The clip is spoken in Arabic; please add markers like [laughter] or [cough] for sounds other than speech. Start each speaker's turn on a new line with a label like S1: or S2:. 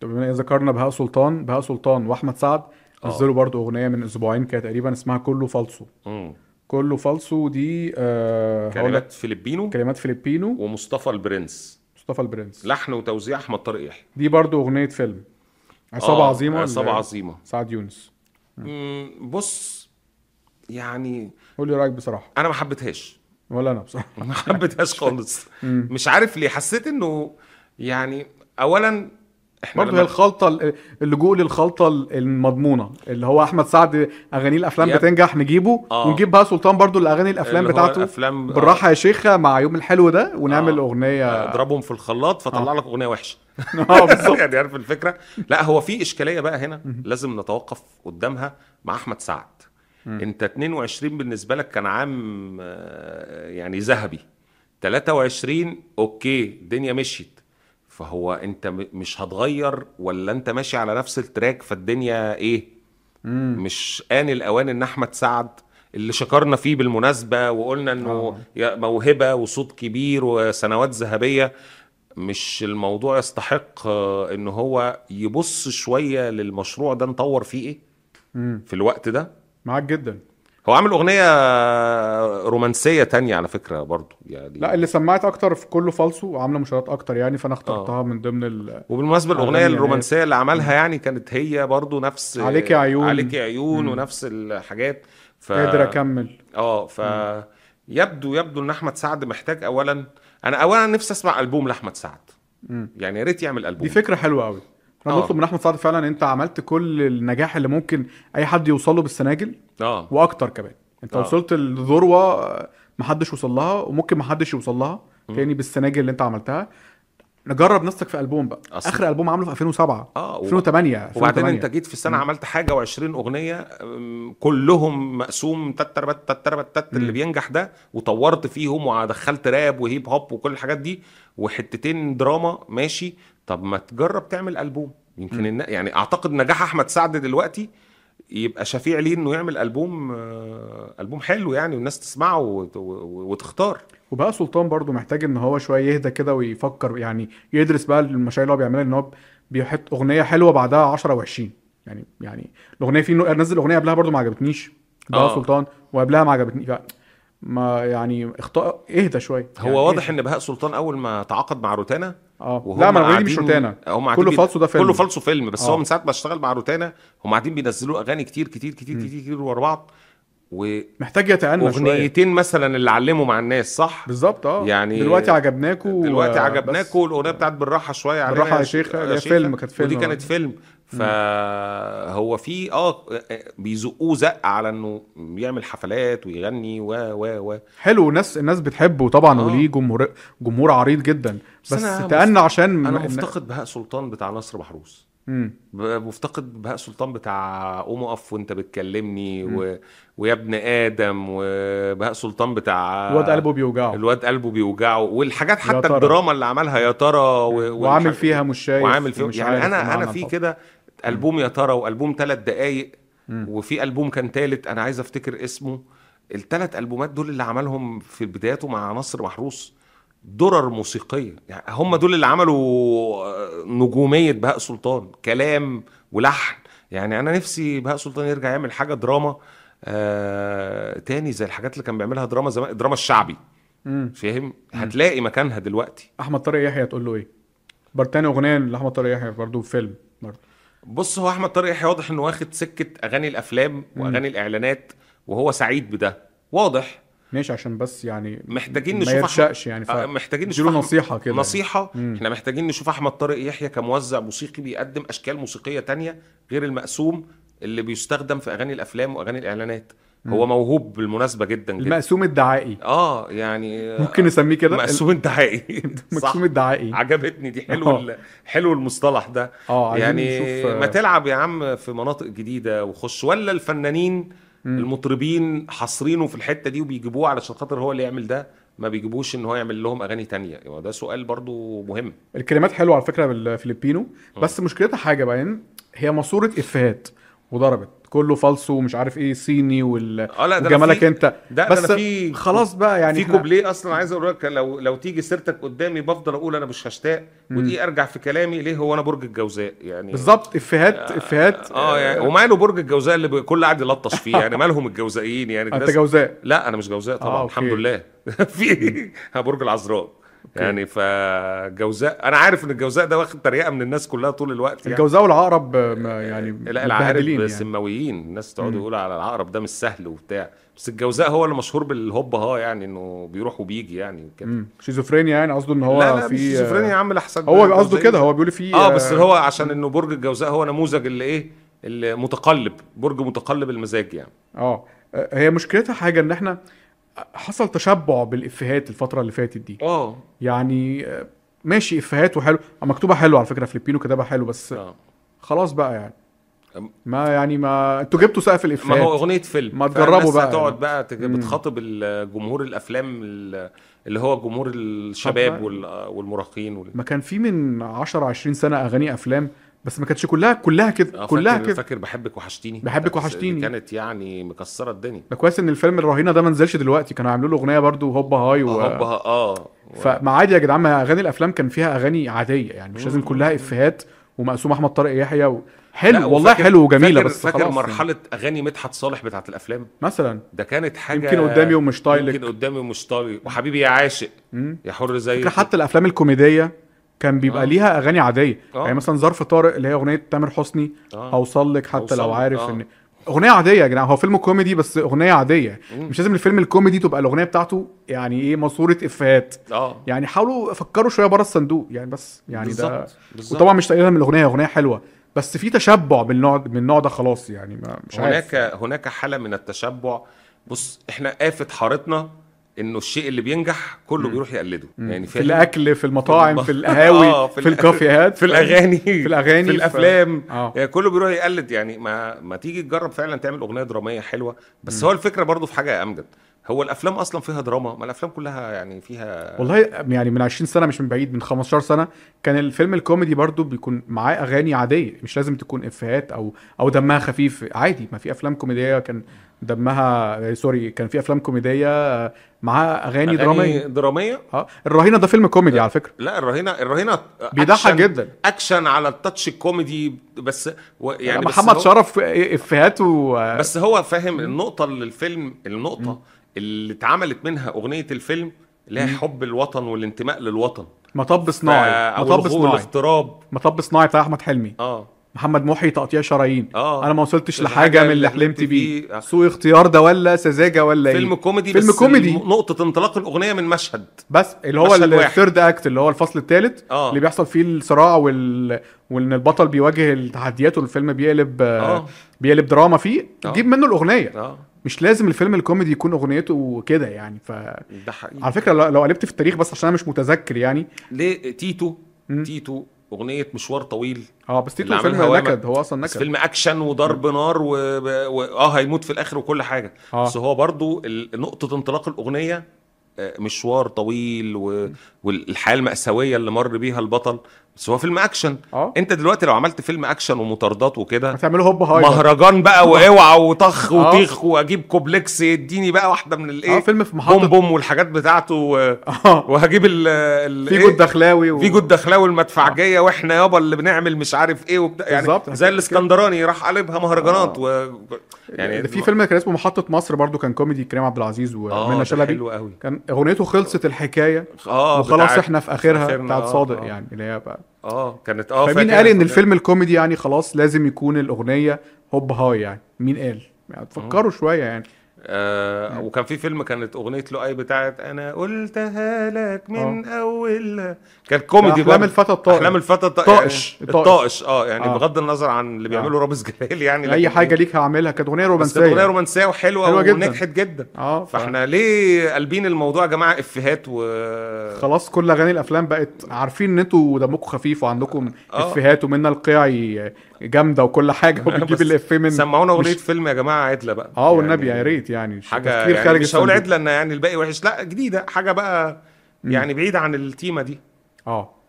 S1: طب بما إن ذكرنا بهاء سلطان بهاء سلطان واحمد سعد
S2: آه.
S1: نزلوا برضو اغنيه من اسبوعين كده تقريبا اسمها كله فالصو
S2: مم.
S1: كله فالصو دي آه هقول لك
S2: كلمات فيلبينو
S1: كلمات فيلبينو
S2: ومصطفى البرنس
S1: مصطفى البرنس
S2: لحن وتوزيع احمد طارق يحيى
S1: دي برضو اغنيه فيلم عصابه
S2: آه،
S1: عظيمه
S2: عصابه
S1: ل-
S2: عظيمه
S1: سعد يونس
S2: مم، بص يعني
S1: قول لي رايك بصراحه
S2: انا ما حبيتهاش [laughs]
S1: ولا انا بصراحه
S2: ما حبيتهاش خالص مش عارف ليه حسيت انه يعني اولا احنا
S1: برضه هي
S2: لما
S1: الخلطه ال- اللجوء للخلطه ال- المضمونه اللي هو احمد سعد اغانيه الافلام
S2: يب.
S1: بتنجح نجيبه
S2: آه.
S1: ونجيب بقى سلطان برضه الاغاني الافلام
S2: اللي هو
S1: بتاعته
S2: الأفلام-
S1: بالراحه يا شيخه مع يوم الحلو ده ونعمل
S2: آه.
S1: اغنيه [laughs]
S2: اضربهم في الخلاط
S1: آه.
S2: فطلع لك اغنيه وحشه [laughs]
S1: اه بالظبط
S2: يعني عارف الفكره لا هو في اشكاليه بقى هنا لازم نتوقف قدامها مع احمد سعد انت 22 بالنسبه لك كان عام آه، يعني ذهبي 23 اوكي الدنيا مشيت فهو انت م- مش هتغير ولا انت ماشي على نفس التراك فالدنيا ايه مش آن الأوان إن أحمد سعد اللي شكرنا فيه بالمناسبة وقلنا إنه يا- موهبة وصوت كبير وسنوات ذهبية مش الموضوع يستحق آه، إن هو يبص شوية للمشروع ده نطور فيه إيه
S1: مم.
S2: في الوقت ده
S1: معاك جدا
S2: هو عامل أغنية آه، رومانسية تانية على فكرة برضو يعني
S1: لا اللي سمعت اكتر في كله فالصو وعامله مشاهدات اكتر يعني فانا
S2: آه.
S1: اخترتها من ضمن ال...
S2: وبالمناسبه الاغنيه
S1: أغاني يعني
S2: الرومانسيه اللي عملها يعني كانت هي برضو نفس
S1: عليك يا عيون.
S2: عليك يا عيون ونفس الحاجات ف...
S1: قادر اكمل
S2: اه ف يبدو يبدو ان احمد سعد محتاج اولا انا اولا نفسي اسمع البوم لاحمد سعد
S1: مم.
S2: يعني يا ريت يعمل البوم
S1: دي فكره حلوه قوي احنا
S2: آه.
S1: بنطلب من احمد سعد فعلا انت عملت كل النجاح اللي ممكن اي حد يوصل له بالسناجل
S2: اه
S1: واكتر كمان انت
S2: آه.
S1: آه. وصلت لذروه محدش وصل لها وممكن محدش يوصل لها تاني بالسناجل اللي انت عملتها نجرب نفسك في البوم بقى
S2: أصل-
S1: أصلاً. اخر البوم عامله في 2007
S2: آه، وب-
S1: 2008
S2: وبعدين
S1: 2008.
S2: انت جيت في السنه عملت حاجه و20 اغنيه أم، كلهم مقسوم تتربت تتربت تت اللي بينجح ده وطورت فيهم ودخلت راب وهيب هوب وكل الحاجات دي وحتتين دراما ماشي طب ما تجرب تعمل البوم يمكن النا... يعني اعتقد نجاح احمد سعد دلوقتي يبقى شفيع ليه انه يعمل البوم آه، البوم حلو يعني والناس تسمعه وت- و- وتختار
S1: وبقى سلطان برضو محتاج ان هو شويه يهدى كده ويفكر يعني يدرس بقى المشاريع اللي هو بيعملها ان هو بيحط اغنيه حلوه بعدها 10 و20 يعني يعني الاغنيه في نزل اغنيه قبلها برضو ما عجبتنيش بقى
S2: آه.
S1: سلطان وقبلها ما عجبتنيش ف- ما يعني اخطاء اهدى شويه
S2: هو
S1: يعني
S2: واضح
S1: إهدى.
S2: ان بهاء سلطان اول ما تعاقد مع روتانا
S1: اه
S2: وهم
S1: لا ما الاغنيه دي مش
S2: قاعدين-
S1: روتانا
S2: هم قاعدين
S1: كله
S2: بي-
S1: فالصو ده فيلم
S2: كله فالصو فيلم بس هو
S1: آه.
S2: من ساعه ما اشتغل مع روتانا هم قاعدين بينزلوا اغاني كتير كتير كتير كتير كتير ورا بعض
S1: محتاج يتأنى شويه
S2: واغنيتين مثلا اللي علموا مع الناس صح
S1: بالظبط اه
S2: يعني-
S1: دلوقتي عجبناكوا
S2: دلوقتي
S1: آه،
S2: عجبناكم والاغنيه بتاعت بالراحه شويه علينا
S1: بالراحة يا
S2: ش-
S1: شيخة، هي فيلم، كانت فيلم
S2: ودي
S1: برضه.
S2: كانت فيلم فهو في اه بيزقوه زق على انه يعمل حفلات ويغني و و و
S1: بس حلو الناس الناس بتحبه طبعا
S2: آه.
S1: وليه جمهور جمهور عريض جدا
S2: بس
S1: بس
S2: أنا
S1: تأنى عشان
S2: انا
S1: إن-
S2: مفتقد بهاء سلطان بتاع نصر محروس
S1: مم.
S2: ب- مفتقد بهاء سلطان بتاع قوم اقف وانت بتكلمني و... ويا ابن ادم وبهاء سلطان بتاع
S1: الواد قلبه بيوجعه
S2: الواد قلبه بيوجعه والحاجات حتى
S1: ترى.
S2: الدراما اللي عملها يا ترى و...
S1: وعامل فيها مش شايف
S2: وعامل فيها
S1: ومش
S2: يعني
S1: عارف
S2: انا
S1: ومعنى
S2: انا في
S1: الحب.
S2: كده البوم يا ترى والبوم ثلاث دقايق وفي البوم كان ثالث انا عايز افتكر اسمه الثلاث البومات دول اللي عملهم في بداياته مع نصر محروس درر موسيقيه يعني هم دول اللي عملوا آه، نجوميه بهاء سلطان كلام ولحن يعني انا نفسي بهاء سلطان يرجع يعمل حاجه دراما آه تاني زي الحاجات اللي كان بيعملها دراما زمان الدراما الشعبي
S1: مم.
S2: فاهم هتلاقي مكانها دلوقتي
S1: احمد طارق يحيى تقول له ايه برتاني اغنيه لاحمد طارق يحيى برضه فيلم برضه
S2: بص هو احمد طارق يحيى واضح انه واخد سكه اغاني الافلام واغاني الاعلانات وهو سعيد بده واضح
S1: ماشي عشان بس يعني
S2: محتاجين
S1: ما
S2: نشوف أحمد-
S1: يرشقش يعني ف...
S2: آه، محتاجين نشوف
S1: نديله
S2: أحمد-
S1: نصيحه كده
S2: نصيحه
S1: مم.
S2: احنا محتاجين نشوف احمد طارق يحيى كموزع موسيقي بيقدم اشكال موسيقيه تانية غير المقسوم اللي بيستخدم في اغاني الافلام واغاني الاعلانات هو موهوب بالمناسبه جدا
S1: يعني.
S2: جدا
S1: المقسوم الدعائي
S2: اه يعني آه،
S1: ممكن نسميه كده [laughs]
S2: مقسوم الدعائي صح
S1: المقسوم الدعائي
S2: عجبتني دي حلو
S1: آه.
S2: ال- حلو المصطلح ده
S1: اه عايزين
S2: يعني
S1: نشوف
S2: ما تلعب يا عم في مناطق جديده وخش ولا الفنانين المطربين حاصرينه في الحته دي وبيجيبوه علشان خاطر هو اللي يعمل ده ما بيجيبوش ان هو يعمل لهم اغاني تانية هو ده سؤال برضو مهم
S1: الكلمات حلوه على فكره بالفلبينو بس مشكلتها حاجه بقى يعني هي ماسوره افيهات وضربت كله فالصو ومش عارف ايه صيني وال...
S2: اه لا ده أنا
S1: وجمالك
S2: في-
S1: انت
S2: ده ده
S1: بس
S2: أنا في
S1: خلاص بقى يعني
S2: يعني في
S1: إحنا-
S2: كوبليه اصلا عايز اقول لك لو لو تيجي سيرتك قدامي بفضل اقول انا مش هشتاق ودي ارجع في كلامي ليه هو انا برج الجوزاء يعني
S1: بالظبط آه، افيهات افيهات
S2: اه يعني وماله برج الجوزاء اللي ب- كل قاعد يلطش فيه
S1: [laughs]
S2: يعني مالهم الجوزائيين يعني
S1: انت
S2: الناس-
S1: جوزاء
S2: لا انا مش جوزاء طبعا
S1: آه،
S2: آه،
S1: أوكي.
S2: الحمد لله [laughs] في إيه؟ ها برج العذراء يعني فجوزاء انا عارف ان الجوزاء ده واخد تريقه من الناس كلها طول الوقت يعني
S1: الجوزاء والعقرب آه، ما يعني
S2: لا العقارب
S1: مبهدلين
S2: يعني.
S1: يعني.
S2: سماويين الناس تقعد يقول على العقرب ده مش سهل وبتاع بس الجوزاء هو اللي مشهور بالهوب ها يعني انه بيروح وبيجي يعني وكده
S1: مم. شيزوفرينيا يعني قصده ان هو
S2: لا لا
S1: في
S2: مش شيزوفرينيا يا عم الاحسن
S1: هو قصده كده هو بيقول في
S2: اه بس هو عشان انه برج الجوزاء هو نموذج اللي ايه المتقلب برج متقلب المزاج يعني
S1: اه آه، هي مشكلتها حاجه ان احنا حصل تشبع بالافيهات الفتره اللي فاتت دي
S2: اه
S1: يعني آه، ماشي افيهات وحلو مكتوبه حلو على فكره فليبينو كتابها حلو بس
S2: اه
S1: خلاص بقى يعني
S2: أم-
S1: ما يعني ما انتوا جبتوا سقف
S2: ما هو
S1: الافيهات
S2: اغنيه فيلم
S1: ما
S2: فالناس
S1: تجربوا بقى
S2: هتقعد
S1: يعني.
S2: بقى تج- بتخاطب ال- جمهور الافلام ال- اللي هو جمهور الشباب
S1: طب-
S2: وال- والمراهقين وال...
S1: ما كان في من 10 20 سنه اغاني افلام بس ما كانتش كلها كلها كده
S2: آه،
S1: كلها
S2: فاكر,
S1: كده
S2: فاكر بحبك وحشتيني
S1: بحبك
S2: بتاعت-
S1: وحشتيني.
S2: دي كانت يعني مكسره الدنيا
S1: ده كويس ان الفيلم الرهينه ده ما نزلش دلوقتي كانوا عاملين له اغنيه برضو هوبا هاي و...
S2: هوبها اه
S1: فما عادي يا جدعان ما اغاني الافلام كان فيها اغاني عاديه يعني مش لازم كلها افيهات ومقسوم احمد طارق يحيى و...
S2: لا،
S1: حلو والله
S2: وفاكر-
S1: حلو وجميله
S2: فاكر
S1: بس
S2: فاكر
S1: خلاص
S2: مرحله اغاني مدحت صالح بتاعت الافلام
S1: يعني. مثلا
S2: ده كانت حاجه
S1: يمكن قدامي ومش طايلك.
S2: يمكن قدامي ومش طايلك وحبيبي يا عاشق يا حر زي
S1: فكرة حتى الافلام الكوميديه كان بيبقى
S2: آه.
S1: ليها اغاني عاديه
S2: آه.
S1: يعني مثلا ظرف طارق اللي هي اغنيه تامر حسني
S2: آه.
S1: اوصل لك حتى
S2: أوصل
S1: لو
S2: لك،
S1: عارف
S2: آه.
S1: ان اغنيه عاديه يا جدعان هو فيلم كوميدي بس اغنيه عاديه مش لازم الفيلم الكوميدي تبقى الاغنيه بتاعته يعني ايه ماسوره افيهات
S2: اه
S1: يعني حاولوا فكروا شويه بره الصندوق يعني بس يعني ده
S2: بالظبط، بالظبط.
S1: وطبعا مش تقليلا من الاغنيه اغنيه حلوه بس في تشبع بالنوع من النوع ده خلاص يعني ما مش
S2: هناك
S1: عارف
S2: هناك حاله من التشبع بص احنا آفة حارتنا انه الشيء اللي بينجح كله بيروح يقلده يعني
S1: في الاكل في المطاعم في القهاوي
S2: آه،
S1: في,
S2: في
S1: في
S2: الأ-
S1: الكافيهات
S2: في الاغاني
S1: في الأغاني،
S2: في
S1: ف- [laughs]
S2: الافلام
S1: آه.
S2: يعني كله بيروح يقلد يعني ما ما تيجي تجرب فعلا تعمل اغنيه دراميه حلوه بس هو الفكره برضو في حاجه يا امجد هو الافلام اصلا فيها دراما ما الافلام كلها يعني فيها
S1: والله يعني من 20 سنه مش من بعيد من 15 سنه كان الفيلم الكوميدي برضو بيكون معاه اغاني عاديه مش لازم تكون افيهات او او دمها خفيف عادي ما في افلام كوميديه كان دمها آه، سوري كان في آه، افلام كوميديه معاها اغاني,
S2: أغاني آه.
S1: دراميه
S2: دراميه
S1: اه الرهينه ده فيلم كوميدي على فكره
S2: لا الرهينه الرهينه
S1: بيضحك
S2: أكشن-
S1: جدا.
S2: اكشن على التاتش الكوميدي بس و- يعني
S1: يعني
S2: بس
S1: محمد
S2: هو-
S1: شرف افيهاته آه،
S2: بس هو فاهم النقطة اللي الفيلم النقطة اللي اتعملت منها أغنية الفيلم اللي هي حب الوطن والانتماء للوطن
S1: مطب
S2: ف-
S1: صناعي
S2: أو
S1: مطب
S2: الغو-
S1: صناعي
S2: الاضطراب
S1: مطب صناعي بتاع احمد حلمي
S2: اه
S1: محمد محي تقطيع شرايين
S2: آه.
S1: انا ما وصلتش
S2: الحاجة
S1: لحاجه من اللي
S2: اللي
S1: حلمت
S2: حلمت
S1: بيه
S2: بيه.
S1: سوء اختيار ده ولا سذاجه ولا
S2: آه. فيلم
S1: ايه
S2: كوميدي
S1: فيلم
S2: بس
S1: كوميدي.
S2: الم- نقطة انطلاق الأغنية من مشهد
S1: بس اللي هو
S2: مشهد واحد.
S1: الثيرد اكت اللي هو الفصل الثالث
S2: آه.
S1: اللي بيحصل فيه الصراع وال... وان البطل بيواجه التحديات والفيلم بيقلب آه،
S2: آه.
S1: بيقلب دراما فيه
S2: آه.
S1: تجيب منه الاغنيه
S2: اه
S1: مش لازم الفيلم الكوميدي يكون اغنيته كده يعني ف
S2: ده حقيقي
S1: على فكره لو- لو قلبت في التاريخ بس عشان انا مش متذكر يعني
S2: ليه تيتو تيتو أغنية مشوار طويل
S1: اه بس تيتو
S2: اللي عملها
S1: فيلم
S2: هوامة.
S1: نكد هو اصلا
S2: بس
S1: نكد
S2: فيلم اكشن وضرب نار و... و... اه هيموت في الاخر وكل حاجه
S1: آه.
S2: آه. بس هو برضو ال- نقطه انطلاق الاغنيه آه، مشوار طويل و... والحياه الماساويه اللي مر بيها البطل بس هو فيلم اكشن
S1: آه.
S2: انت دلوقتي لو عملت فيلم اكشن ومطاردات وكده
S1: [laughs] هتعملوا هوب هاي بقى.
S2: مهرجان بقى واوعى وطخ
S1: أيوة. آه.
S2: وطيخ واجيب كوبلكس يديني بقى واحده من الايه
S1: اه فيلم في محطه
S2: بوم
S1: [laughs]
S2: بوم والحاجات بتاعته و...
S1: اه
S2: وهجيب ال... ال...
S1: فيجو
S2: إيه؟
S1: الدخلاوي و...
S2: فيجو الدخلاوي المدفعجيه واحنا يابا اللي بنعمل مش عارف ايه وبتاع يعني
S1: بالظبط. آه.
S2: زي الاسكندراني راح قلبها مهرجانات و... يعني
S1: ده في فيلم كان اسمه محطه مصر برضو كان كوميدي كريم عبد العزيز
S2: اه
S1: ومنى
S2: ده
S1: شلبي
S2: حلو قوي
S1: كان اغنيته خلصت الحكايه
S2: اه
S1: وخلاص
S2: بتاعت-
S1: احنا في اخرها
S2: آخرنا،
S1: بتاعت
S2: آه،
S1: صادق
S2: آه.
S1: يعني اللي هي بقى
S2: اه كانت اه
S1: فمين
S2: فاكر
S1: قال ان
S2: فاكر.
S1: الفيلم الكوميدي يعني خلاص لازم يكون الاغنيه هوب هاي يعني مين قال يعني تفكروا شويه يعني
S2: آه وكان في فيلم كانت اغنيه لؤي بتاعت انا قلتها لك من اولها كان كوميدي
S1: آه. أحلام
S2: برضه.
S1: الفتى الطائش.
S2: احلام الفتى الط-
S1: الطائش.
S2: يعني
S1: الطائش.
S2: الطائش اه يعني
S1: آه.
S2: بغض النظر عن اللي بيعمله رامز جلال يعني
S1: اي
S2: لكن-
S1: حاجه ليك هعملها كانت اغنيه
S2: بس كانت
S1: رومانسيه
S2: اغنيه رومانسيه وحلوه
S1: حلوة جدا.
S2: ونجحت جدا
S1: اه ف-
S2: فاحنا ليه قلبين الموضوع يا جماعه افيهات و
S1: خلاص كل اغاني الافلام بقت عارفين ان انتوا دمكم خفيف وعندكم
S2: آه.
S1: افيهات ومنا القيعي جامده وكل
S2: [laughs]
S1: حاجه وبتجيب
S2: بس
S1: الافيه من
S2: سمعونا اغنيه
S1: مش-
S2: فيلم يا جماعه عدله بقى
S1: اه والنبي يا ريت يعني
S2: حاجه
S1: تفكير
S2: يعني مش هقول
S1: الصندوق.
S2: عدله ان يعني الباقي وحش لا جديده حاجه بقى يعني بعيده عن التيمه دي
S1: اه